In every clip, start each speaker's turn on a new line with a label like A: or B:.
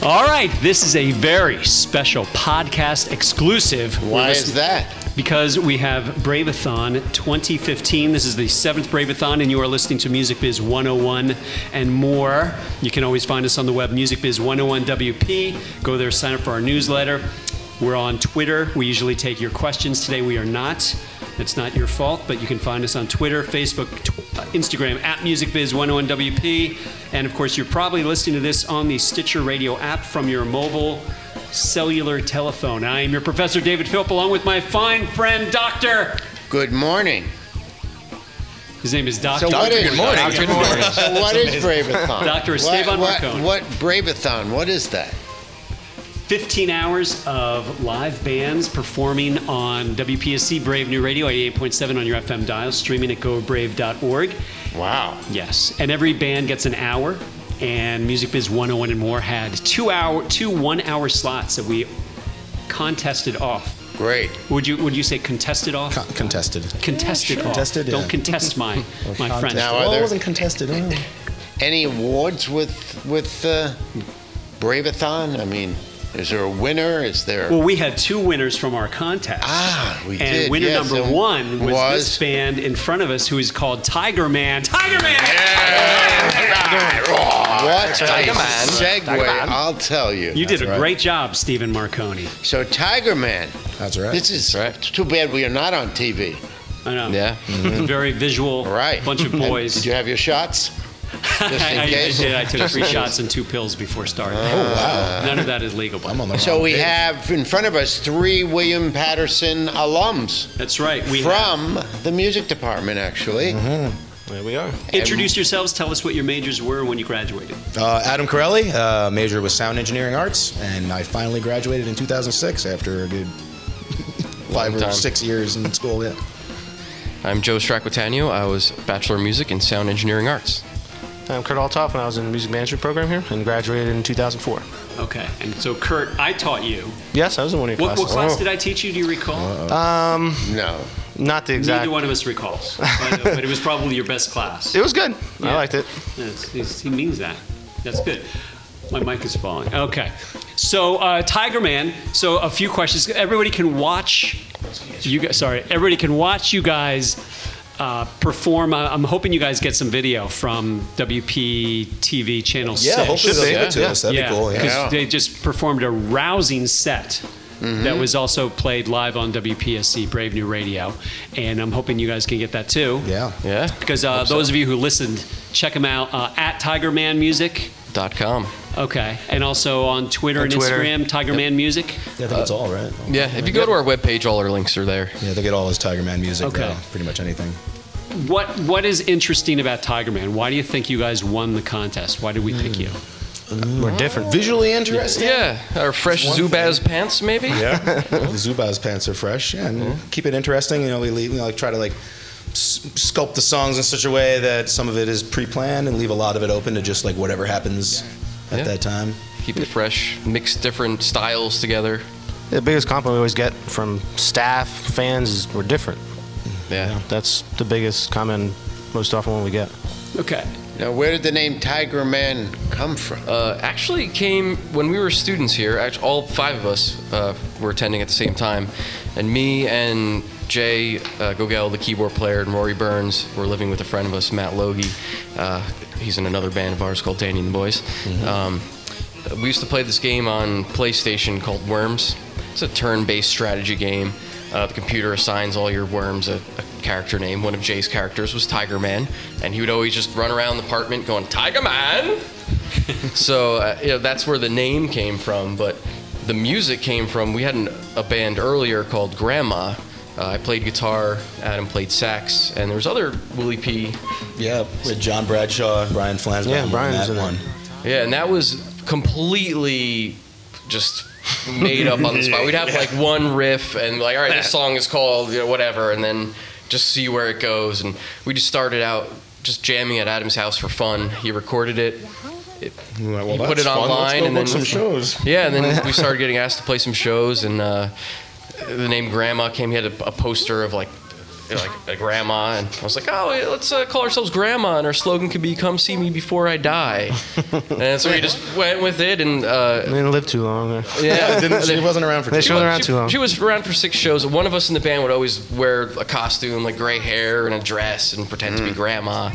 A: All right, this is a very special podcast exclusive.
B: Why
A: We're
B: is
A: listen-
B: that?
A: Because we have Braveathon 2015. This is the seventh Braveathon, and you are listening to Music Biz 101 and more. You can always find us on the web, Music Biz 101 WP. Go there, sign up for our newsletter. We're on Twitter. We usually take your questions. Today we are not. It's not your fault, but you can find us on Twitter, Facebook, tw- uh, Instagram at MusicBiz101WP. And of course, you're probably listening to this on the Stitcher Radio app from your mobile cellular telephone. I am your professor, David Philp, along with my fine friend, Doctor.
B: Good morning.
A: His name is Doc.
B: So
A: Doc-
B: what is
C: morning. Good morning.
B: So what is Braveathon?
A: Dr. Esteban
B: what,
A: Marcon.
B: what, what Braveathon? What is that?
A: 15 hours of live bands performing on WPSC Brave New Radio 88.7 on your FM dial, streaming at gobrave.org.
B: Wow.
A: Yes, and every band gets an hour, and Music Biz 101 and more had two hour, two one-hour slots that we contested off.
B: Great.
A: Would you would you say contested off?
D: Con- contested.
A: contested off.
D: Contested,
A: Don't
D: yeah.
A: contest my my friend.
B: Now, are
D: well,
B: there-
D: it wasn't contested. oh. I don't know.
B: Any awards with with uh, Braveathon? I mean, is there a winner? Is there?
A: Well, we had two winners from our contest.
B: ah, we
A: and
B: did.
A: winner
B: yes,
A: number
B: and
A: one was, this band in front of us who is called Tiger Man. Tiger Man!
B: What a
C: Tiger Man.
B: segue!
C: Tiger Man.
B: I'll tell you.
A: You did a
D: That's right.
A: great job, Stephen Marconi.
B: So Tiger Man.
D: That's right.
B: This is it's too bad we are not on TV.
A: I know. Mm-hmm.
B: Yeah.
A: Very visual
B: Right.
A: Oh. bunch of
B: And
A: boys.
B: Did you have your shots? Just in
A: I, I
B: case. Oh,
A: did. I took three shots and two pills before starting. None of that is legal. But
D: I'm on the
B: So
D: wrong
B: we
D: page.
B: have in front of us three William Patterson alums
A: that's right. We have-
B: from the music department, actually.
D: Mm-hmm.
C: There we are.
A: introduce yourselves. Tell us what your majors were when you graduated.
D: uh, Adam Corelli, uh, major was sound engineering arts, and I finally graduated in 2006 after a good five or
C: time.
D: six years in school. Yeah.
E: I'm Joe Stracquitano. I was Bachelor of Music in Sound Engineering Arts.
C: I'm Kurt Altoff, and I was in the music management program here and graduated in 2004.
A: Okay. And so, Kurt, I taught you.
C: Yes, I was in one of your
A: What,
C: classes.
A: what
B: oh.
A: class did I teach you? Do you recall?
B: Uh, No.
C: Not the exact.
A: Neither one of us recalls. But, but it was probably your best class.
C: It was good.
A: Yeah.
C: I liked it.
A: Yes, he's- he means that. That's good. My mic is falling. Okay. So, uh, Tiger Man. So, a few questions. Everybody can watch. You guys, sorry. Everybody can watch you guys uh, perform. I, I'm hoping you guys get some video from WPTV Channel
D: Yeah.
A: Six.
D: hopefully they'll
C: be.
D: give it to
C: Yeah.
D: us. That'd
A: yeah,
D: be cool.
A: because
D: Yeah.
A: they just performed a rousing set
D: Mm-hmm.
A: that was also played live on WPSC Brave New Radio, and I'm hoping you guys can get that too.
D: Yeah.
E: Yeah.
A: Because uh, those of you who listened, check him out uh, at Tiger Man Music.
E: Dot com.
A: Okay, and also on Twitter
C: On
A: and
C: Twitter.
A: Instagram, Tiger Man Music.
D: Yeah, I think it's all right.
E: Yeah. If you go to our webpage, all our links are there.
D: Yeah, they get all his Tiger Man music.
A: Okay.
D: though, pretty much anything.
A: What What is interesting about Tiger Man? Why do you think you guys won the contest? Why did we pick you?
C: We're different.
D: Visually interesting.
E: Yeah. Our fresh
D: One
E: Zubaz pants, maybe.
D: Yeah, the Zubaz pants are fresh and keep it interesting. You know, we leave, you know, like try to like s- sculpt the songs in such a way that some of it is pre-planned and leave a lot of it open to just like whatever happens at
E: Yeah.
D: that time.
E: Keep it fresh. Mix different styles together.
C: The biggest compliment we always get from staff, fans, is we're different.
E: Yeah.
C: That's the biggest comment most often when we get.
A: Okay,
B: Now, where did the name Tiger Man come from?
E: Uh, actually, came when we were students here. Actually, all five of us uh, were attending at the same time, and me and Jay uh, Gogel, the keyboard player, and Rory Burns were living with a friend of us, Matt Logie. Uh, he's in another band of ours called Danny and the Boys. Um, we used to play this game on PlayStation called Worms. It's a turn-based strategy game. Uh, the computer assigns all your worms a, a character name. One of Jay's characters was Tiger Man, and he would always just run around the apartment going Tiger Man. So uh, you know that's where the name came from, but the music came from. We had an, a band earlier called Grandma. Uh, I played guitar, Adam played sax, and there was other Willie P.
D: Yeah, with John Bradshaw, Brian Flansman,
C: Yeah,
D: on
C: Brian's
D: that
C: in it.
D: one.
E: Yeah, and that was completely just made up on the spot. We'd have like one riff and like, all right, this song is called you know, whatever, and then just see where it goes. And we just started out just jamming at Adam's house for fun. He recorded it. It- he put it online and then
D: shows.
E: Yeah, and then we started getting asked to play some shows, and uh, the name Grandma came. He had a, a poster of like you know, like a grandma, and I was like, oh, yeah, let's uh, call ourselves Grandma, and our slogan could be "Come see me before I die," and so we just went with it, and
C: I
E: uh,
C: didn't live too long.
E: yeah,
D: Didn't, she wasn't around for.
C: They
D: too
C: showed
D: long.
C: around
E: she,
C: too long.
E: she was around for six shows. One of us in the band would always wear a costume, like gray hair and a dress, and pretend
D: Mm.
E: to be grandma.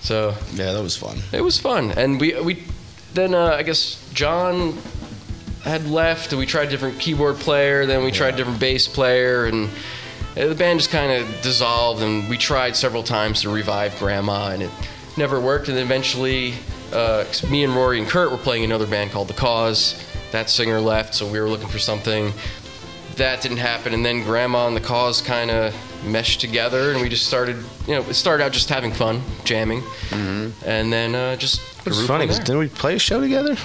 E: So
D: Yeah, that was fun.
E: it was fun, and we we then uh, I guess John had left, and we tried a different keyboard player. Then we tried a different bass player, and uh, the band just kind of dissolved. And we tried several times to revive Grandma, and it never worked. And then eventually, uh, 'cause me and Rory and Kurt were playing another band called The Cause. That singer left, so we were looking for something. That didn't happen, and then Grandma and The Cause kind of meshed together, and we just started. You know, it started out just having fun, jamming, and then uh, just.
C: Mm-hmm. It
E: grew
C: was
E: from
C: funny because
E: there.
C: didn't we play a show together?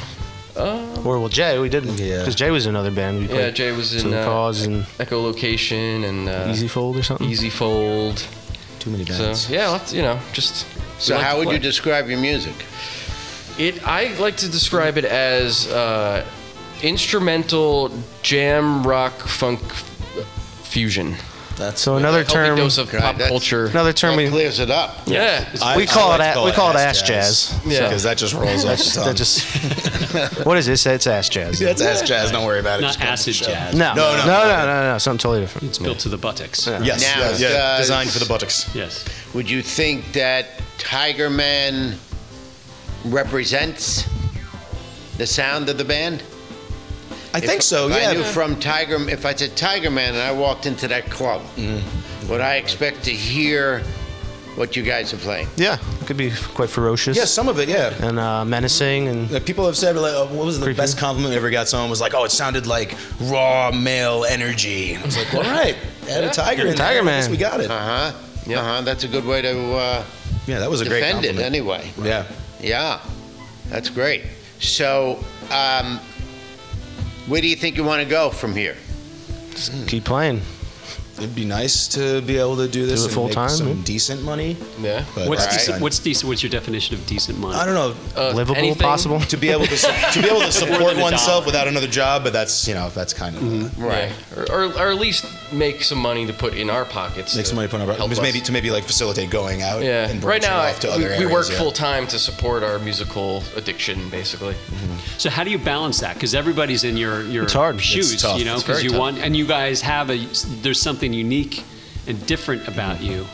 A: Um,
C: or well, Jay, we didn't.
D: Yeah.
C: Because Jay was in another band. We
E: Yeah,
C: played
E: Jay was
C: some
E: in uh,
C: cause and
E: Echolocation and uh,
C: Easy Fold or something.
E: Easy Fold.
D: Too many
E: So
D: bands.
E: yeah, lots- you know, just.
B: So, how would you describe your music?
E: It. I like to describe it as uh, instrumental jam rock funk fusion.
D: That's
C: So another
E: Healthy
C: term.
E: dose of
B: God,
E: pop
B: that's-
E: culture.
C: Another term
B: That
C: we
B: clears it up.
E: yeah.
C: we call it a- we call it ass
E: jazz. Yeah.
D: because that just rolls off the tongue.
C: that just. what is this? It's ass jazz.
D: That's ass jazz. Don't worry about it.
A: Not
D: just go with
A: acid
D: the show.
A: jazz.
C: No,
D: No,
C: no,
D: no,
C: no,
D: no,
C: no, no, no, something totally different.
A: It's built to the buttocks.
D: Yes,
B: Now,
D: yes, yeah,
B: does-
D: designed for the buttocks.
A: Yes.
B: Would you think that Tiger Man represents the sound of the band?
D: I think
B: If
D: so.
B: I
D: Yeah.
B: knew from Tiger, if I said Tiger Man and I walked into that club,
D: Mm-hmm.
B: would I expect to hear what you guys are playing?
C: Yeah, it could be quite ferocious.
D: yeah, some of it. Yeah.
C: And uh, menacing and
D: Like, people have said, like, uh, what was the
C: Creepy.
D: best compliment I ever got? Someone was like, "Oh, it sounded like raw male energy." I was like, "All right, add a tiger in there.
C: Tiger
D: I guess
C: Man.
D: We got it.
B: Uh huh.
E: Yep.
B: Uh huh. That's a good way to uh,
D: Yeah, that was a great
B: defend it,
D: compliment.
B: anyway.
D: Yeah.
B: Yeah, that's great. So, um, where do you think you want to go from here?
C: just keep playing.
D: It'd be nice to be able to do this
C: it
D: and
C: full
D: make
C: time,
D: some
C: yeah.
D: decent money.
E: Yeah.
D: But
A: What's
B: Right.
A: decent? What's decent? What's your definition of decent money?
D: I don't know.
E: Uh,
C: Livable,
E: anything-
C: possible.
D: to be able to su- to be able to support
A: than a dollar.
D: oneself without another job, but that's you know that's kind of
C: Mm-hmm.
E: Right. Or, or, or at least make some money to put in our pockets.
D: make
E: to
D: some money put on
E: help
D: our
E: us.
D: maybe to maybe like facilitate going out.
E: Yeah.
D: and
E: Right
D: branching
E: now,
D: off to
E: I-
D: other
E: we, we
D: areas,
E: work
D: yeah.
E: full time to support our musical addiction, basically.
A: So how do you balance that? Because everybody's in your your
C: It's hard.
A: shoes,
D: It's tough.
A: you know.
D: It's
A: Because
E: very
A: you
E: tough.
A: want, and you guys have a there's something unique and different about you.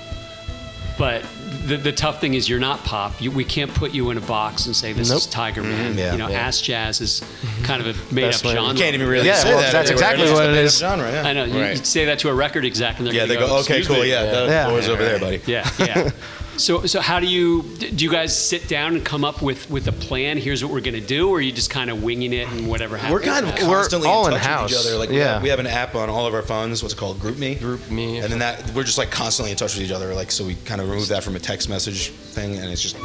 A: But the, the tough thing is you're not pop. You, we can't put you in a box and say this
C: Nope.
A: is Tiger Man.
D: yeah.
A: you know,
E: Yeah.
A: ass jazz is kind of a made up
C: Best way.
A: genre.
D: You can't even really
C: Yeah,
D: say
C: well,
D: that.
C: that's
D: anywhere.
C: exactly
D: It's just
C: what
D: a
C: it
D: made-up
C: is.
D: Genre, yeah.
A: I know. You,
B: Right.
A: you'd say that to a record exec, and they're
D: Yeah,
A: gonna
D: they go, okay,
A: "Excuse
D: cool,
A: me."
D: yeah, that
C: Yeah.
D: boy's over there, buddy.
A: Yeah, yeah. so, so how do you do? You guys sit down and come up with with a plan. Here's what we're gonna do, or are you just kind of winging it and whatever happens?
D: We're kind of
A: happens?
C: We're
D: constantly
C: all
D: in touch
C: in-house.
D: with each other. Like we,
C: Yeah.
D: have, we have an app on all of our phones. What's it called? GroupMe.
E: GroupMe.
D: And then that we're just like constantly in touch with each other. Like so we kind of remove that from a text message thing, and it's just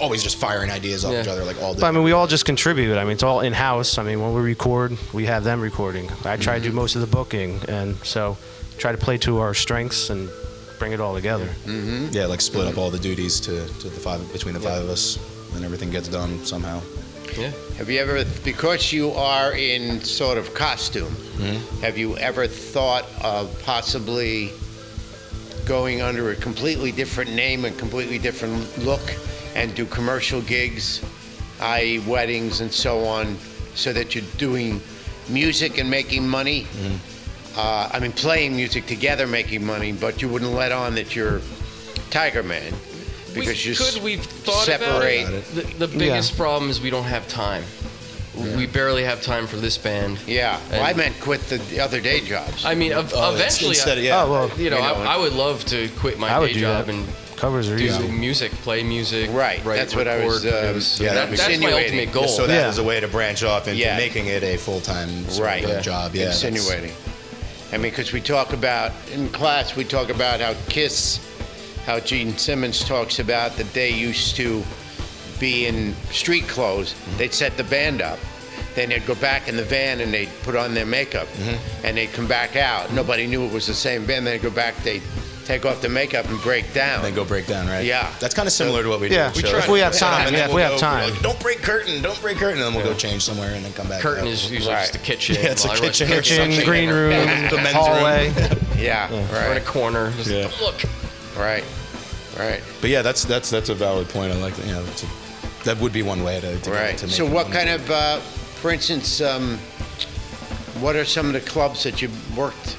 D: always just firing ideas off
E: Yeah.
D: each other like all day.
C: But I mean, we all just contribute. I mean, it's all in house. I mean, when we record, we have them recording. I try to do most of the booking, and so try to play to our strengths and bring it all together.
D: yeah, like split up all the duties to, to the five between the five of us, and everything gets done somehow.
E: Yeah.
B: Have you ever, because you are in sort of costume, have you ever thought of possibly going under a completely different name and completely different look and do commercial gigs, i.e., weddings and so on, so that you're doing music and making money? Uh, I mean, playing music together, making money, but you wouldn't let on that you're Tiger Man because
E: we
B: you
E: could
B: s-
E: we've thought
B: separate.
E: about it. The, the biggest problem is we don't have time. We barely have time for this band.
B: Yeah, well,
E: And-
B: I meant quit the, the other day jobs.
E: I mean, ev-
D: Oh, it's
E: eventually, uh,
D: instead
E: I,
D: of- yeah.
C: Oh, well,
E: you know,
B: you know,
E: I, I would love to quit my
C: I would
E: day
C: do
E: job
C: that.
E: and
C: Covers are
E: do
C: easy.
E: music, play music.
B: Right,
E: write,
B: that's what I was,
E: record,
B: um,
E: produce.
D: yeah,
E: that,
D: that
E: that's my
B: insinuating.
E: ultimate goal.
D: So that
C: Yeah.
D: was a way to branch off into
B: Yeah.
D: making it a full time
B: right
E: Yeah.
D: job. Yeah, that's-
B: insinuating. I mean, because we talk about in class, we talk about how Kiss, how Gene Simmons talks about that they used to be in street clothes.
D: Mm-hmm.
B: They'd set the band up, then they'd go back in the van and they'd put on their makeup,
D: Mm-hmm.
B: and they'd come back out. Nobody knew it was the same band. They'd go back, they'd take off the makeup and break down.
D: Then go break down, right?
B: Yeah.
D: That's kind of similar to what we do.
C: Yeah,
D: with
C: we
D: shows.
C: try If we to- have
D: Set up
C: time,
D: and then
C: yeah, if we
D: we'll
C: have
D: go,
C: time.
D: like, don't break curtain, don't break curtain, and then we'll go change somewhere and then come back.
E: curtain
D: out.
E: is usually just the kitchen.
D: Yeah, it's a
E: Well, I wrote
D: kitchen or
E: something.
C: Kitchen, green room,
D: The men's room.
C: hallway.
B: Yeah,
E: Or in a
B: right,
E: corner. Just
D: Yeah.
E: look.
B: right, right,
D: But yeah, that's that's that's a valid point. I like that. Yeah, that's a, that would be one way to, to,
B: right.
D: to make
B: So,
D: it
B: what
D: one.
B: kind of, uh, for instance, um, what are some of the clubs that you worked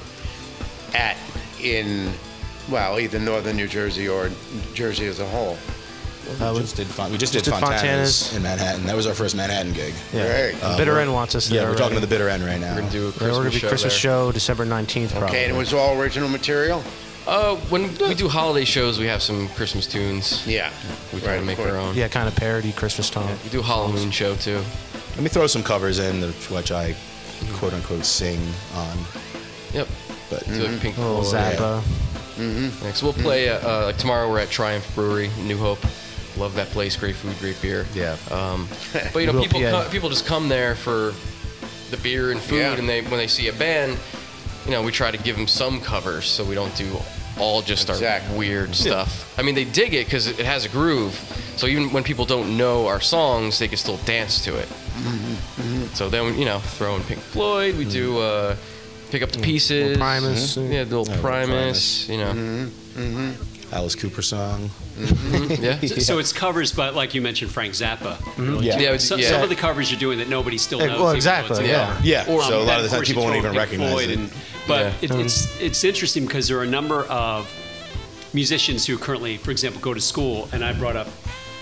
B: at in, well, either northern New Jersey or Jersey as a whole?
C: Uh,
D: we
C: we-
D: just did Fon- we just
C: just
D: did
C: did
D: Fontana's,
C: Fontana's.
D: in Manhattan. That was our first Manhattan gig.
C: yeah.
B: Right.
D: Uh,
C: bitter
D: we're-
C: End wants us
D: Yeah,
C: there
D: we're talking to
C: already.
D: the bitter end right now.
E: We're gonna do a
C: We're
E: Christmas
C: going to be
E: show.
C: Christmas
E: there.
C: show December 19th, probably.
B: Okay, and it was all original material.
E: Uh, when we do holiday shows, we have some Christmas tunes.
B: Yeah,
E: We try to
B: of
E: make
B: course.
E: our own.
C: Yeah, kind of parody Christmas time.
E: We do a Halloween show too.
D: Let me throw some covers in, the- which I quote unquote sing on.
E: Yep.
D: But
E: Do like Pink
C: A little
E: Floyd.
C: Zappa.
E: Yeah, 'cause we'll play uh, uh, like tomorrow. We're at Triumph Brewery, New Hope. Love that place. Great food, great beer.
D: Yeah.
C: Uh,
E: Um, but you know,
C: Real
E: people
C: PA.
E: co- people just come there for the beer and food,
B: Yeah.
E: and they when they see a band, you know, we try to give them some covers so we don't do all just
B: Exactly.
E: our weird stuff. I mean, they dig it because it, it has a groove. So even when people don't know our songs, they can still dance to it. So then you know, throw in Pink Floyd. We do uh, pick up the pieces.
C: Primus.
E: Yeah, the little
D: Yeah,
E: Primus. You know.
D: Alice Cooper song.
E: Yeah.
A: So it's covers, but like you mentioned, Frank Zappa. Really,
D: Yeah.
A: too.
E: Yeah, it's-
A: So-
E: yeah.
A: Some of the covers you're doing that nobody still
C: Mm-hmm. Eh,
A: knows.
C: well,
A: even though
C: exactly,
A: it's a
C: yeah.
A: cover.
D: Yeah.
A: Or,
D: so a
A: um,
D: lot
A: then,
D: of the time
A: course, you
D: people won't
A: throw
D: even
A: Pink
D: recognize
A: Floyd
D: it.
A: and- but
E: Yeah.
A: it,
C: Mm-hmm.
A: it's it's interesting because there are a number of musicians who currently, for example, go to school, and I brought up.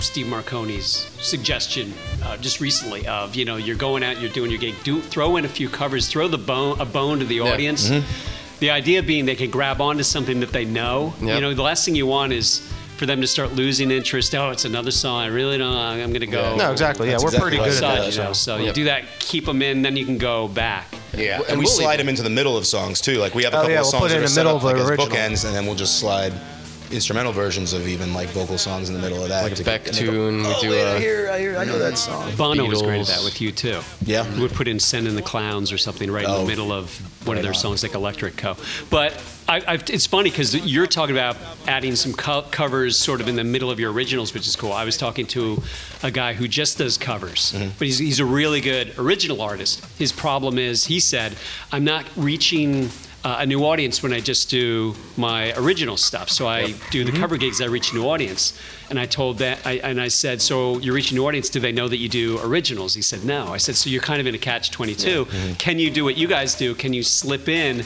A: Steve Marconi's suggestion uh, just recently of you know you're going out you're doing your gig do throw in a few covers throw the bone a bone to the audience
D: Mm-hmm.
A: the idea being they can grab onto something that they know
E: Yep.
A: you know the last thing you want is for them to start losing interest oh it's another song I really don't I'm gonna go
C: No, exactly. Yeah,
D: That's
C: we're
D: exactly
C: pretty
D: what
C: good
D: I
C: at
D: said.
C: that.
A: side, you know, So you
E: Yep.
A: do that, keep them in, then you can go back.
B: Yeah.
D: And we
E: we'll
D: slide
E: leave
D: them into the middle of songs too. Like we have a
C: Oh,
D: couple
C: yeah,
D: of
C: we'll
D: songs
C: put it
D: that
C: in
D: are
C: the
D: set
C: middle
D: up,
C: of our
D: like, as
C: original.
D: bookends, and then we'll just slide instrumental versions of even like vocal songs in the middle of that.
E: Like a
D: to-
E: back
D: and they go,
E: tune, we
D: "Oh,
E: do
D: wait,
E: a-
D: I hear, I hear, I know that song.
A: Bono was great at that
E: Beatles.
A: with you too.
D: Yeah.
A: we would put in "Sending the Clowns" or something right in
D: Oh,
A: the middle of one of
D: right
A: their
D: on.
A: songs, like Electric Co. But I, I've, it's funny because you're talking about adding some co- covers, sort of in the middle of your originals, which is cool. I was talking to a guy who just does covers,
D: Mm-hmm.
A: but he's, he's a really good original artist. His problem is, he said, "I'm not reaching." uh, a new audience when I just do my original stuff. So I do
D: Mm-hmm.
A: the cover gigs, I reach a new audience. And I told that, I, and I said, So you reach a new audience, do they know that you do originals? He said, No. I said, So you're kind of in a catch 22.
D: Mm-hmm.
A: Can you do what you guys do? Can you slip in?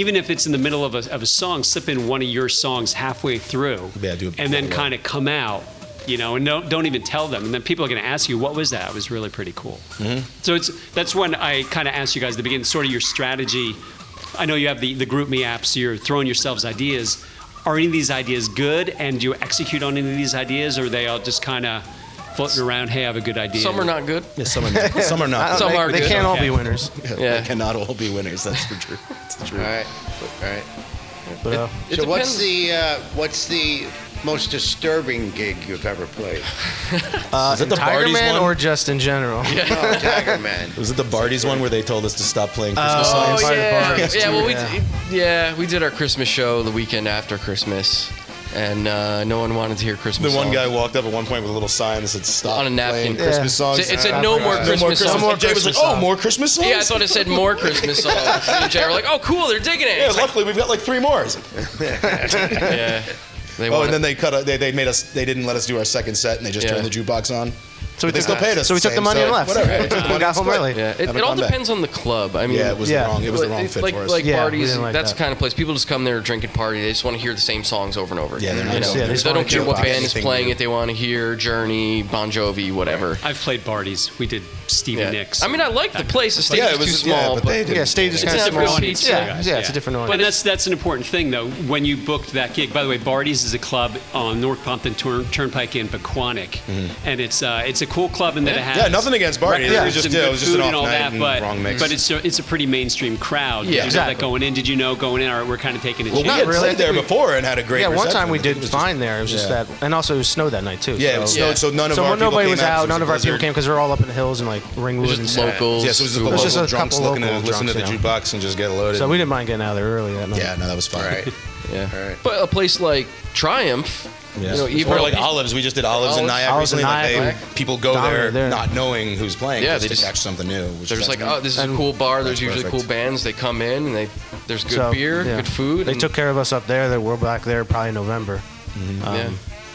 A: Even if it's in the middle of a, of a song, slip in one of your songs halfway through,
D: Yeah, do it
A: and then
D: before.
A: kind of come out, you know, and don't, don't even tell them, and then people are going to ask you, "What was that?" It was really pretty cool. So it's that's when I kind of asked you guys at the beginning, sort of your strategy. I know you have the the group me apps. So you're throwing yourselves ideas. Are any of these ideas good? And do you execute on any of these ideas, or are they all just kind of floating around? Hey, I have a good idea.
E: Some are not good.
D: Yeah, some are not. Some are
C: I don't
D: not.
E: Some
C: think-
E: are
C: they
E: good.
C: can't all
A: Okay.
C: be winners.
E: Yeah.
D: They cannot all be winners. That's for true. That's true.
B: All right, all right.
C: But, uh,
E: It
B: so what's
E: depends.
B: the uh, what's the most disturbing gig you've ever played?
C: uh,
D: Is it the
C: Tiger
D: Barty's
C: Man
D: one?
C: or just in general? Yeah.
B: Oh, Tiger Man.
D: Was it the Barty's one where they told us to stop playing Christmas
C: Oh,
E: Oh
D: songs?
C: Part of
E: yeah,
C: bars,
E: yeah.
C: too,
E: Well, we
C: yeah.
E: did, yeah we did our Christmas show the weekend after Christmas, and uh, no one wanted to hear
D: The
E: Christmas.
D: one
E: songs.
D: guy walked up at one point with a little sign that said "Stop
E: On a napkin.
D: playing
E: Yeah.
D: Christmas songs."
E: It said, "No more
D: uh, No
E: Christmas
D: more
E: songs."
D: Christmas. Jay was like, "Oh, more Christmas songs."
E: Yeah, I thought it said more Christmas songs. And Jay were like, "Oh, cool, they're digging it."
D: Yeah,
E: It's like,
D: luckily we've got like three more. I was like,
E: yeah. They
D: Oh,
E: wanted-
D: and then they cut. They, they made us. They didn't let us do our second set, and they just
E: Yeah.
D: turned the jukebox on.
C: So we
D: But they
C: took-
D: still paid us.
C: so we took the
D: same,
C: money and left.
D: Whatever.
C: We got home early.
E: yeah. It,
D: Have a
E: it all
D: comeback.
E: depends on the club. I mean,
D: Yeah, it was
C: Yeah.
D: the wrong. It was the
E: like-
D: wrong fit
E: like,
D: for us.
E: Like
C: Yeah, we
E: parties,
C: didn't like
E: that's
C: that.
E: the kind of place people just come there to drink and party. They just want to hear the same songs over and over.
D: Yeah, they're
E: again,
D: not-
E: you know?
D: just-
C: yeah, they
E: they,
C: just
E: don't
C: wanna
E: care
C: hear
E: what
D: about
E: band is
D: anything
E: playing
D: new.
E: it. They want to hear Journey, Bon Jovi, whatever.
A: I've played parties. We did Stevie
E: Yeah.
A: Nicks.
E: I mean, I like the place. The stage
D: yeah, it
E: is too
D: was Yeah,
E: small,
D: but they did.
C: stage is
E: It's
C: kind of
E: a different
C: small.
E: audience,
C: yeah,
A: you guys,
C: yeah, it's a different
A: But
C: audience.
A: that's that's an important thing though. When you booked that gig, by the way, Barty's is a club on North Compton Turn, Turnpike in Pequannock,
E: Mm-hmm.
A: and it's uh, it's a cool club in that it has
D: Yeah, nothing against Barty's. It was
A: records
D: just-
A: and
D: yeah, it
A: good
D: was just an
A: food
D: off
A: and all
D: night
A: that,
D: and
A: but
D: wrong mix.
A: but it's a, it's a pretty mainstream crowd. Did you know
C: exactly.
A: that going in? Did you know going in? All right, we're kind of taking a
D: Well,
A: chance.
D: we had
C: really.
D: played there before and had a great.
C: yeah, one
D: reception.
C: time we
D: It
C: did
D: was just-
C: fine there. It was just
D: Yeah.
C: that, and also it was snowed that night too.
D: Yeah,
C: so.
D: it was snowed, so none of
C: so
D: our people
C: nobody
D: came
C: was
D: out, 'cause
C: out.
D: it
C: None of
D: a
C: our people
D: blizzard.
C: came because we were all up in the hills and like Ringwood
E: It's
C: and
E: just
C: stuff.
E: locals.
D: Yes, it was just a
E: who
D: bunch of
C: was just
D: local
C: a
D: drunks
C: couple
D: looking to
C: local
D: listen to the
C: drunks,
D: jukebox and just get loaded.
C: So we didn't mind getting out of there early that night.
D: Yeah, no, that was fine.
B: All right.
E: Yeah.
B: All right.
E: But a place like Triumph, You know, even
D: or like olives. We just did olives in
E: Olives?
D: Nyack
C: Olives in
D: recently. like,
C: Nyack.
D: they- people go
C: Dominant
D: there,
C: there.
D: not knowing who's playing.
E: Yeah,
D: just
E: they
D: to
E: just-
D: catch something new. Which
E: They're
D: that's
E: just like,
D: been-
E: oh, this is a
C: And-
E: cool bar. There's
D: That's
E: usually
D: perfect.
E: cool bands. They come in and they there's good
C: So,
E: beer,
C: yeah.
E: good food.
C: They
E: and-
C: took care of us up there. They were back there probably in November. Um,
E: Yeah.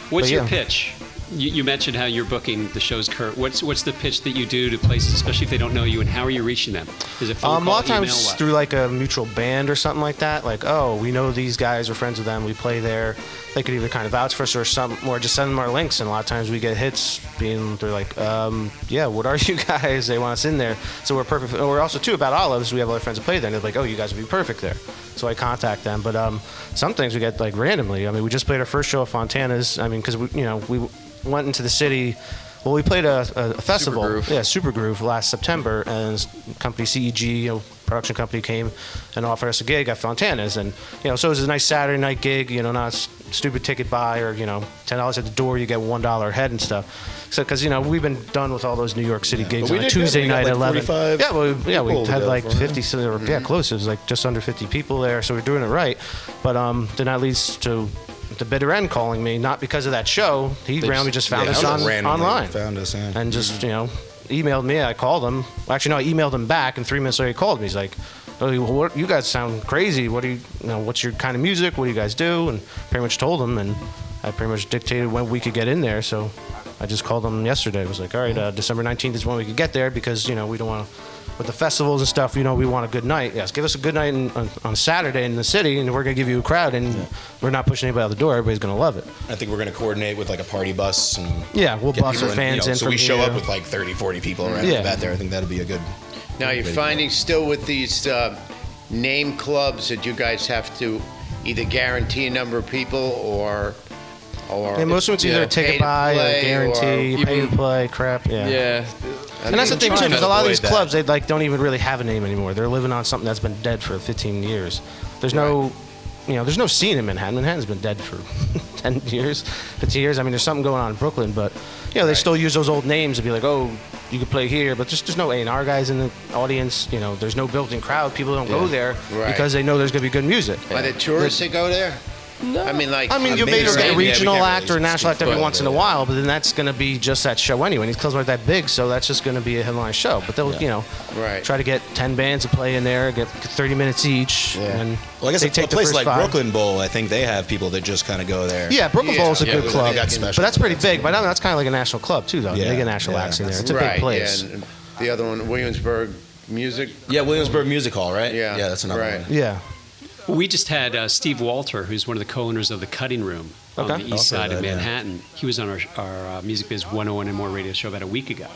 A: What's
C: But
A: your
C: yeah.
A: pitch? You, you mentioned how you're booking the shows, Kurt. What's what's the pitch that you do to places, especially if they don't know you, and how are you reaching them? Is it phone
C: Um, a
A: call,
C: lot of
A: email,
C: times
A: what?
C: through like a mutual band or something like that. Like, oh, we know these guys, we're friends with them, we play there. They could either kind of vouch for us or some, or just send them our links. And a lot of times we get hits being they're like, um, yeah, what are you guys? They want us in there, so we're perfect. And we're also too about olives. We have other friends that play there, and they're like, oh, you guys would be perfect there. So I contact them. But um, some things we get like randomly. I mean, we just played our first show at Fontana's. I mean, because we, you know, we went into the city. Well, we played a, a, a festival.
E: Supergroove.
C: Yeah, Super Groove last September, and s- company CEG, you know, production company came and offered us a gig at Fontana's, and you know, so it was a nice Saturday night gig, you know, not a s- stupid ticket buy or you know, ten dollars at the door, you get one dollar head and stuff. So, because you know, we've been done with all those New York City gigs
D: But we
C: on a
D: did good.
C: Tuesday
D: We got,
C: night
D: like,
C: at eleven.
D: 45
C: yeah, well, yeah,
D: people
C: we
D: over
C: had
D: there
C: like
D: for it. Mm-hmm.
C: fifty, so there were, yeah, close. It was like just under fifty people there, so we're doing it right. But um, then that leads to the bitter end calling me, not because of that show. He
E: They
C: randomly
E: just-
C: just found
D: yeah,
C: us
D: found
C: on,
D: us randomly.
C: online
D: Found us, yeah.
C: and just you know emailed me. I called him. Actually, no, I emailed him back, and three minutes later he called me. He's like, "Oh, you- what, you guys sound crazy. What do you, you know? What's your kind of music? What do you guys do?" And pretty much told him, and I pretty much dictated when we could get in there. So I just called him yesterday. I was like, "All right, uh, December nineteenth is when we could get there because you know we don't want to." With the festivals and stuff, you know, we want a good night. Yes, give us a good night in, on, on Saturday in the city, and we're gonna give you a crowd, and we're not pushing anybody out the door. Everybody's gonna love it.
D: I think we're going to coordinate with like a party bus. And
C: Yeah, we'll
D: get
C: bus
D: people
C: our fans
D: you know,
C: in
D: So
C: from
D: we show
C: here.
D: up with like 30, 40 people right
C: Yeah.
D: yeah. back there. I think that'd be a good.
B: Now you're
D: Way to
B: finding still with these uh, name clubs that you guys have to either guarantee a number of people or or
C: Yeah, most of it's either
E: Yeah.
C: a ticket
B: Pay to
C: buy or
B: play
C: a guarantee,
E: or
C: pay to
E: even-
C: play, crap. Yeah.
E: yeah.
C: And that's the thing too,
D: trying to
C: because a lot of
D: avoid
C: these
D: that.
C: clubs they like don't even really have a name anymore. They're living on something that's been dead for 15 years. There's no, you know, there's no scene in Manhattan. Manhattan's been dead for 10 years, 15 years. I mean, there's something going on in Brooklyn, but you know, they still use those old names to be like, oh, you could play here, but just there's no A&R guys in the audience. You know, there's no built-in crowd. People don't go there
B: Right.
C: because they know there's going to be good music.
B: By the tourists that go there? No. I mean, like,
C: I mean, you may
D: Amazing.
C: get
D: Yeah,
C: a
D: we
C: regional
D: can't
C: act
D: really
C: or a national act every
D: spoil
C: once in a
D: it, yeah.
C: while, but then that's going to be just that show anyway. And these clubs aren't that big, so that's just going to be a headline show. But they'll, you know,
B: Right.
C: try to get 10 bands to play in there, get 30 minutes each. And
D: Well, I guess
C: they
D: a,
C: take
D: a
C: the
D: place
C: first
D: like
C: five.
D: Brooklyn Bowl, I think they have people that just kind of go there.
C: Yeah, Brooklyn
B: Yeah.
C: Bowl is a
B: Yeah,
C: good
D: we-
C: club.
D: they got special
C: But that's pretty
D: events.
C: big. But I mean, that's kind of like a national club, too, though.
D: Yeah.
C: They get national
D: Yeah,
C: acts in there.
D: that's-
C: It's a
B: right,
C: big place.
B: Yeah, and the other one, Williamsburg Music.
D: Yeah, Williamsburg Music Hall, right?
B: Yeah,
D: Yeah, that's another
B: right.
D: one.
C: yeah.
A: We just had uh, Steve Walter, who's one of the co-owners of the Cutting Room on
C: Okay.
A: the east
D: Also
A: side of
D: that, yeah.
A: Manhattan. He was on our, our uh, Music Biz 101 and More radio show about a week ago,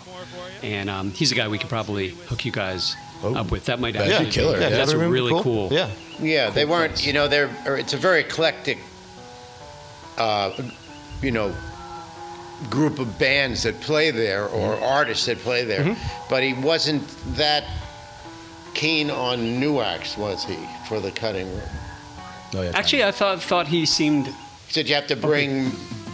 A: and um, he's a guy we could probably hook you guys up with. That might
D: Oh. That'd be
A: actually
D: killer. Yeah,
A: that's
C: Gathering Room,
A: really cool.
C: Yeah.
B: Yeah, they
A: Cool
B: weren't,
A: place.
B: you know, they're, or it's a very eclectic, uh, you know, group of bands that play there or
A: Mm-hmm.
B: artists that play there. But he wasn't that keen on new acts, was he, for the cutting room?
D: Oh, yeah.
A: Actually, I thought thought he seemed.
B: He said, you have to bring,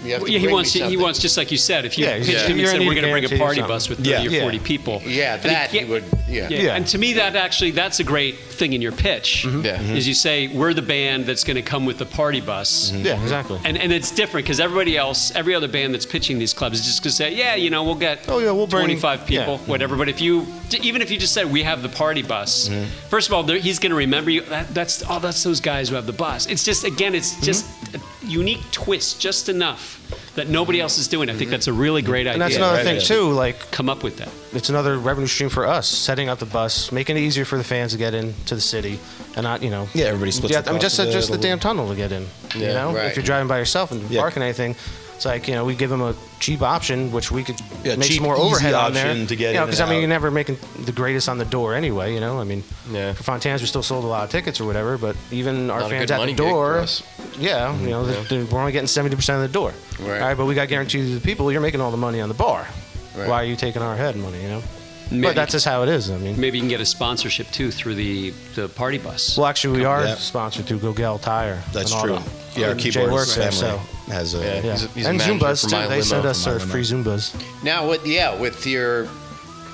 B: you have to
A: Yeah, he
B: bring
A: wants.
B: me
A: He
B: something."
A: wants just like you said. If you
C: Yeah,
A: pitched
C: yeah.
A: him and
C: You're
A: said
C: gonna
A: we're
C: need a
A: going to bring a
C: guarantee or
A: party
C: something.
A: bus with thirty
D: Yeah.
A: or
C: Yeah.
A: forty people,
B: Yeah,
A: And he
B: that he
A: can't-
B: would, yeah.
A: Yeah.
C: Yeah.
A: And to me, that actually, that's a great thing in your pitch.
B: Mm-hmm.
E: Yeah. Mhm.
A: Is you say, we're the band that's going to come with the party bus.
B: Mm-hmm.
C: Yeah, exactly.
A: And, and it's different because everybody else, every other band that's pitching these clubs is just going to say, yeah, you know, we'll get
C: Oh, yeah, we'll bring-
A: 25 people,
C: yeah. Mm-hmm.
A: whatever. But if you, even if you just said, we have the party bus,
C: Mm-hmm.
A: first of all, there- he's going to remember you. That, that's, oh, that's those guys who have the bus. It's just, again,
C: Mm-hmm.
A: it's just a unique twist, just enough that nobody else is doing. I think that's a really great idea.
C: Mm-hmm. And that's another
D: right,
C: thing,
D: yeah.
C: too. Like,
A: Come up with that.
C: it's another revenue stream for us, setting up the bus, making it easier for the fans to get into the city, and not you know.
D: Yeah, everybody splits
C: Yeah,
D: the
C: I mean,
D: cost
C: just
D: of
C: the,
D: the-
C: just the
D: the-
C: damn tunnel to get in. you know,
B: right.
C: if you're driving by yourself and
D: Yeah.
C: parking anything, it's like you know we give them a cheap option, which we could
D: Yeah,
C: make
D: cheap,
C: some more
D: easy
C: overhead on there.
D: option to get
C: you know,
D: in
C: because I
D: and
C: mean, you're
D: out.
C: never making the greatest on the door anyway. You know, I mean,
E: Yeah.
C: for Fontana's, we still sold a lot of tickets or whatever, but even our
E: Not a
C: fans
E: good
C: at
E: money
C: the
E: gig for
C: door,
E: us.
C: yeah, you know, they're- they're- we're only getting seventy percent of the door.
B: Right.
C: All right, but we got guaranteed to the people. You're making all the money on the bar.
B: Right.
C: Why are you taking our head money? You know.
A: Maybe-
C: But that's just how it is. I mean,
A: Maybe you can get a sponsorship too through the, the party bus.
C: well, actually, we are
D: Yeah.
C: sponsored through Gogel Tire.
D: That's
C: and all
D: true.
C: that.
D: Yeah, our
C: And Jay
D: keyboardist
C: works there,
D: family
C: so,
D: has a.
E: Yeah. He's a- he's a
C: and
E: manager
C: Zumbas
E: for
C: too.
E: My
C: They send
E: Limo.
C: us
D: For My
C: our
D: Limo.
C: free Zumbas.
B: Now, with, yeah, with your,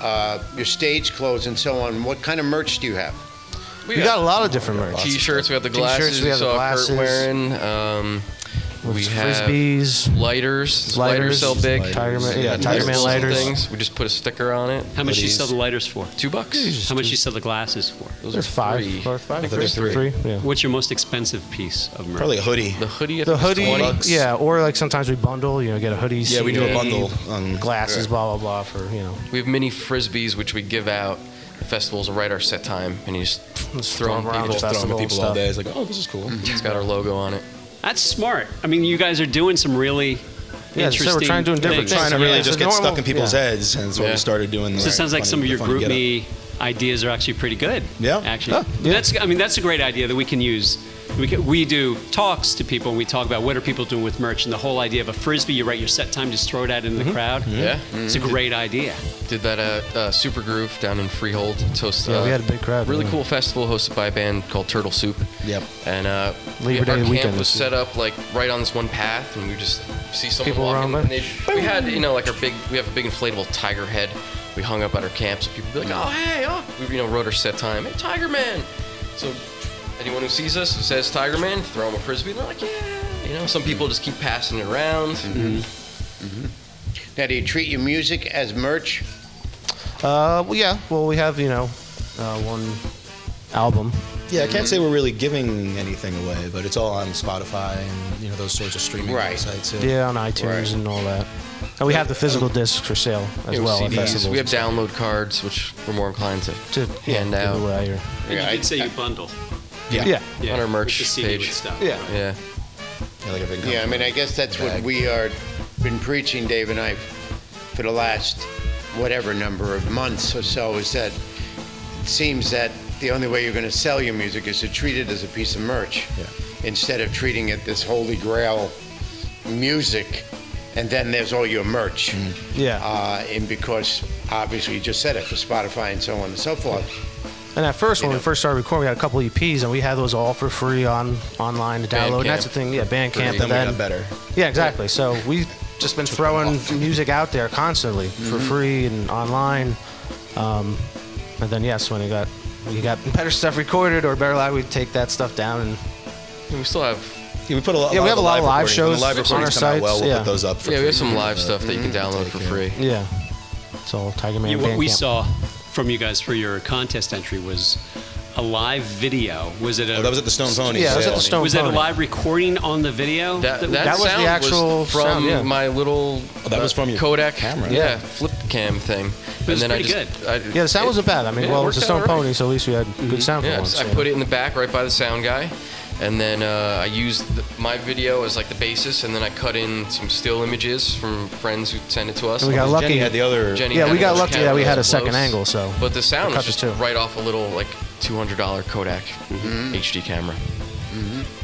B: uh, your stage clothes and so on, what kind of merch do you have?
C: We got a lot of different merch.
E: T-shirts. We have the
C: T-shirts,
E: glasses.
C: we
E: We
C: have the
E: saw
C: glasses.
E: Kurt wearing. Um, We have
C: Frisbees.
E: lighters. Lighters, sell big.
C: Tiger Man, yeah,
E: Got
C: Tiger
E: nice
C: Man
E: little
C: lighters.
E: Things. We just put a sticker on it.
A: How much you sell the lighters for?
E: Two bucks.
A: How much you sell the glasses for?
E: Those are
C: There's five.
E: three.
C: Or five.
E: I think there's three.
C: Yeah.
A: What's your most expensive piece of merch?
D: Probably a hoodie.
E: The hoodie. I
C: The
E: think is
C: hoodie,
E: 20.
C: yeah, or like sometimes we bundle. You know, get a hoodie.
D: Yeah, we do a
C: CD,
D: bundle on
C: Glasses, blah blah blah, for you know.
E: We have mini frisbees, which we give out. The festivals right our set time, and you just
C: Just
E: throw
C: throw
E: them
C: 'em around.
E: people.
D: Just throwing
C: Festival
D: people all
C: stuff.
D: day. It's like, oh, this is cool.
E: It's got our logo on it.
A: That's smart. I mean, you guys are doing some really
C: Yeah, so
A: interesting.
C: we're trying doing different
A: things.
C: things.
D: Trying to really
C: Yeah,
D: just
C: so
D: get stuck
C: normal-
D: in people's
C: yeah.
D: heads, and that's what
E: Yeah.
D: we started doing.
A: So it sounds like some of your
D: group
A: group me ideas are actually pretty good.
D: Yeah.
A: Actually,
D: Huh,
C: yeah.
A: that's I mean that's a great idea that we can use. We, can, we do talks to people and we talk about what are people doing with merch and the whole idea of a frisbee. You write your set time, just throw it out into the crowd.
E: Yeah.
A: It's a great idea.
E: Did that at uh, Super Groove down in Freehold. It's hosted,
C: Yeah, we
E: uh,
C: had a big crowd,
E: Really
C: yeah.
E: cool festival hosted by a band called Turtle Soup.
D: Yep.
E: And uh, we-
C: Labor Day
E: our camp
C: weekend
E: was
C: this year.
E: set up like right on this one path, and we just see someone
C: People
E: walking.
C: around
E: and
C: there.
E: they- we had you know like our big we have a big inflatable tiger head. We hung up at our camp, so people would be like, oh hey, oh, we you know wrote our set time, hey Tiger Man. So anyone who sees us who says Tiger Man, throw them a frisbee. And they're like, yeah. You know, some people just keep passing it around.
C: Mm-hmm.
B: Now, do you treat your music as merch?
C: Uh, well, yeah. Well, we have you know, uh, one album.
D: Yeah, I can't say we're really giving anything away, but it's all on Spotify and you know those sorts of streaming
B: Right.
D: sites.
C: Yeah, on iTunes
B: Right.
C: and all that. And we have the physical
D: Um,
C: discs for sale as
E: You know,
C: well at
E: CDs.
C: festivals.
E: We have download cards, which we're more inclined to,
C: to yeah,
E: hand
D: uh,
C: give
E: out
C: away or-
A: And
B: Yeah,
A: you
B: I-
A: could say you bundle.
D: Yeah.
C: yeah.
E: on our merch
A: with the CD
E: page.
A: With stuff.
C: Yeah.
E: Yeah.
D: Yeah, like a big
B: Yeah, I mean, I guess that's what
D: Bag.
B: we are been preaching, Dave and I, for the last whatever number of months or so. Is that it seems that the only way you're going to sell your music is to treat it as a piece of merch,
D: Yeah.
B: instead of treating it this holy grail music, and then there's all your merch.
D: Mm-hmm.
C: Yeah.
B: Uh, and because obviously you just said it for Spotify and so on and so forth.
C: and at first, when
B: you
C: we
B: know.
C: first started recording, we had a couple EPs, and we had those all for free on online to download. And
E: Bandcamp
C: that's the thing, yeah, Bandcamp.
E: free.
C: And
D: Then we
C: then,
D: got better.
C: yeah, exactly. So we just been throwing music out there constantly for free and online. Um, and then yes, when it got we got better stuff recorded or better live, we'd take that stuff down and
E: And we still have
D: Yeah, we put a lot.
C: Yeah, we have a lot of live
D: recordings. When the live
C: shows on
D: recordings
C: our
D: come out
C: sites,
D: Well, we'll
C: yeah.
D: put those up. For
E: yeah, we have
D: free.
E: some
C: uh,
E: live stuff that you
C: mm,
E: can download for free.
C: yeah, it's all Tiger Man.
A: Yeah, what we
C: Bandcamp.
A: saw from you guys for your contest entry was a live video. Was it a
D: Oh, that was at the Stone Pony.
C: Yeah, it was at the
D: sale.
C: Stone
A: was that a
C: Pony.
A: live recording on the video?
E: That, that,
C: That was the
E: sound was
C: actual
E: from
C: sound, yeah.
E: my little
D: Oh, that was from your
E: Kodak
D: camera.
E: Yeah,
C: Yeah.
E: flip cam thing.
A: It was
E: and then I
A: pretty
E: just,
A: good.
E: I,
C: Yeah, the sound
E: it-
C: wasn't bad. I mean,
E: yeah, it
C: well, it was a
E: worked
C: Stone
E: out all right.
C: Pony, so at least we had good sound
E: Yeah,
C: for
E: just-
C: once.
E: I put it in the back right by the sound guy, and then uh, I used the, my video as like the basis, and then I cut in some still images from friends who sent it to us.
C: And we got lucky.
D: Jenny had the other.
E: Jenny
C: Yeah,
E: had
C: we got
E: another
C: lucky
E: camera
C: that we had a
E: was
C: second
E: close.
C: angle, so
E: But the sound
C: cut
E: was
C: the
E: just
C: two.
E: right off a little like $200 Kodak
C: Mm-hmm.
E: HD camera.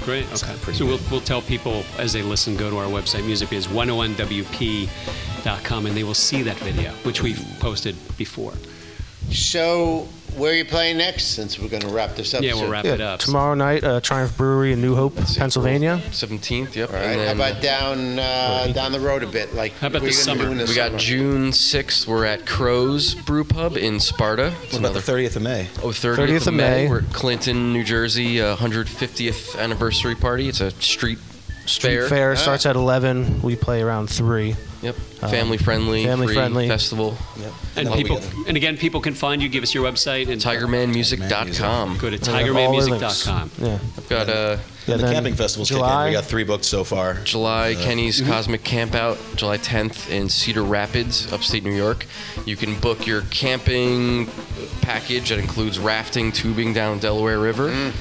A: Great. Okay.
D: pretty
A: So we'll, we'll tell people as they listen, go to our website, musicbiz101wp.com, and they will see that video, which we've posted before.
B: So, where are you playing next? Since we're going to wrap this up.
A: Yeah, we'll
B: soon?
A: wrap it
C: yeah,
A: up.
C: tomorrow night, uh, Triumph Brewery in New Hope, Pennsylvania.
E: 17th, yep.
B: All
E: and
B: right. How
E: then-
B: about down uh, down the road a bit? Like
A: How about
B: what are
A: the
B: you gonna do
A: summer?
B: in the
E: We
B: summer?
E: got June 6th. We're at Crow's Brew Pub in Sparta. It's
D: What about the
E: another-
D: 30th of May?
E: Oh, 30th,
C: 30th
E: of
C: of
E: May.
C: May.
E: We're at Clinton, New Jersey, uh, 150th anniversary party. It's a street,
C: Street
E: fair.
C: Fair starts at 11. We play around 3.
E: Yep. family friendly.
C: family
E: free
C: friendly.
E: Festival.
A: And
D: Then we
A: people,
D: get-
A: and again, people can find you. Give us your website and
E: Tigermanmusic.com.
A: Go to
C: We have all our links.
A: tigermanmusic.com.
C: Yeah.
E: I've got uh,
C: Yeah,
D: And the
C: then
D: camping festivals kick in.
C: July.
D: We got three booked so far.
E: July
B: Uh,
E: Kenny's
B: mm-hmm.
E: Cosmic Campout, July 10th in Cedar Rapids, upstate New York. You can book your camping package that includes rafting, tubing down Delaware River.
B: Mm.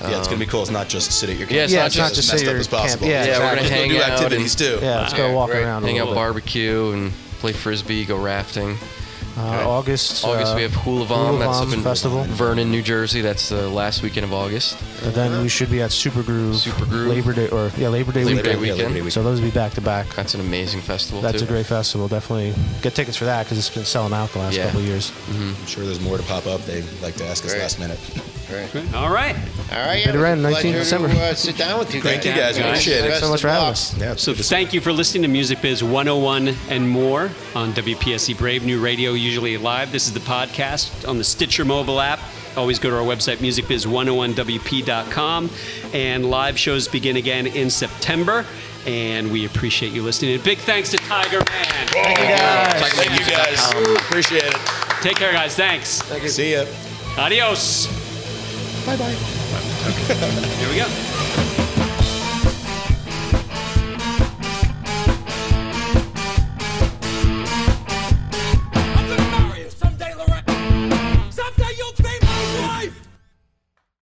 D: Yeah, it's gonna be cool. It's not just sit at your camp.
E: Yeah, it's not
D: it's
E: just
D: as
C: sit
D: messed
C: at
D: up
C: your
D: as possible.
C: camp. Yeah,
E: Yeah, we're
D: Let's go
E: gonna
D: do
E: hang out
D: activities too.
C: Yeah, let's go
B: Yeah,
C: walk
B: right.
C: around a
E: Hang out
C: little bit.
E: barbecue and play frisbee, go rafting.
C: Uh, August.
E: August
C: uh,
E: we have Hula Vom. That's up
C: Vom
E: in
C: Festival.
E: Vernon, New Jersey. That's the last weekend of August.
C: And then we should be at Super Groove.
E: Super Groove.
C: Labor Day or yeah, Labor Day
E: Labor
C: weekend.
E: Day weekend.
C: So those will be back to back.
E: That's an amazing festival.
C: That's
E: too.
C: a great festival. Definitely get tickets for that because it's been selling out the last
E: Yeah.
C: couple of years.
D: I'm sure there's more to pop up. They like to ask us
B: Great.
D: last minute.
B: Right.
A: All right.
B: All right.
C: Bitter
B: yeah,
C: End,
B: it was a
C: 19th
B: pleasure
C: December.
B: to, uh, sit down with you
D: Thank
B: guys.
D: you guys. We
A: Yeah,
D: appreciate it.
C: Thanks so much for having us.
D: Yeah, it's
A: So
D: good to see
A: thank you for listening to Music Biz 101 and more on WPSC Brave New Radio, usually live. This is the podcast on the Stitcher mobile app. Always go to our website, musicbiz101wp.com. And live shows begin again in September. and we appreciate you listening. And big thanks to Tiger Man.
D: Thank you guys. Appreciate it.
A: Take care, guys. Thanks.
D: See ya.
A: Adios. Bye bye. Okay. Here we go.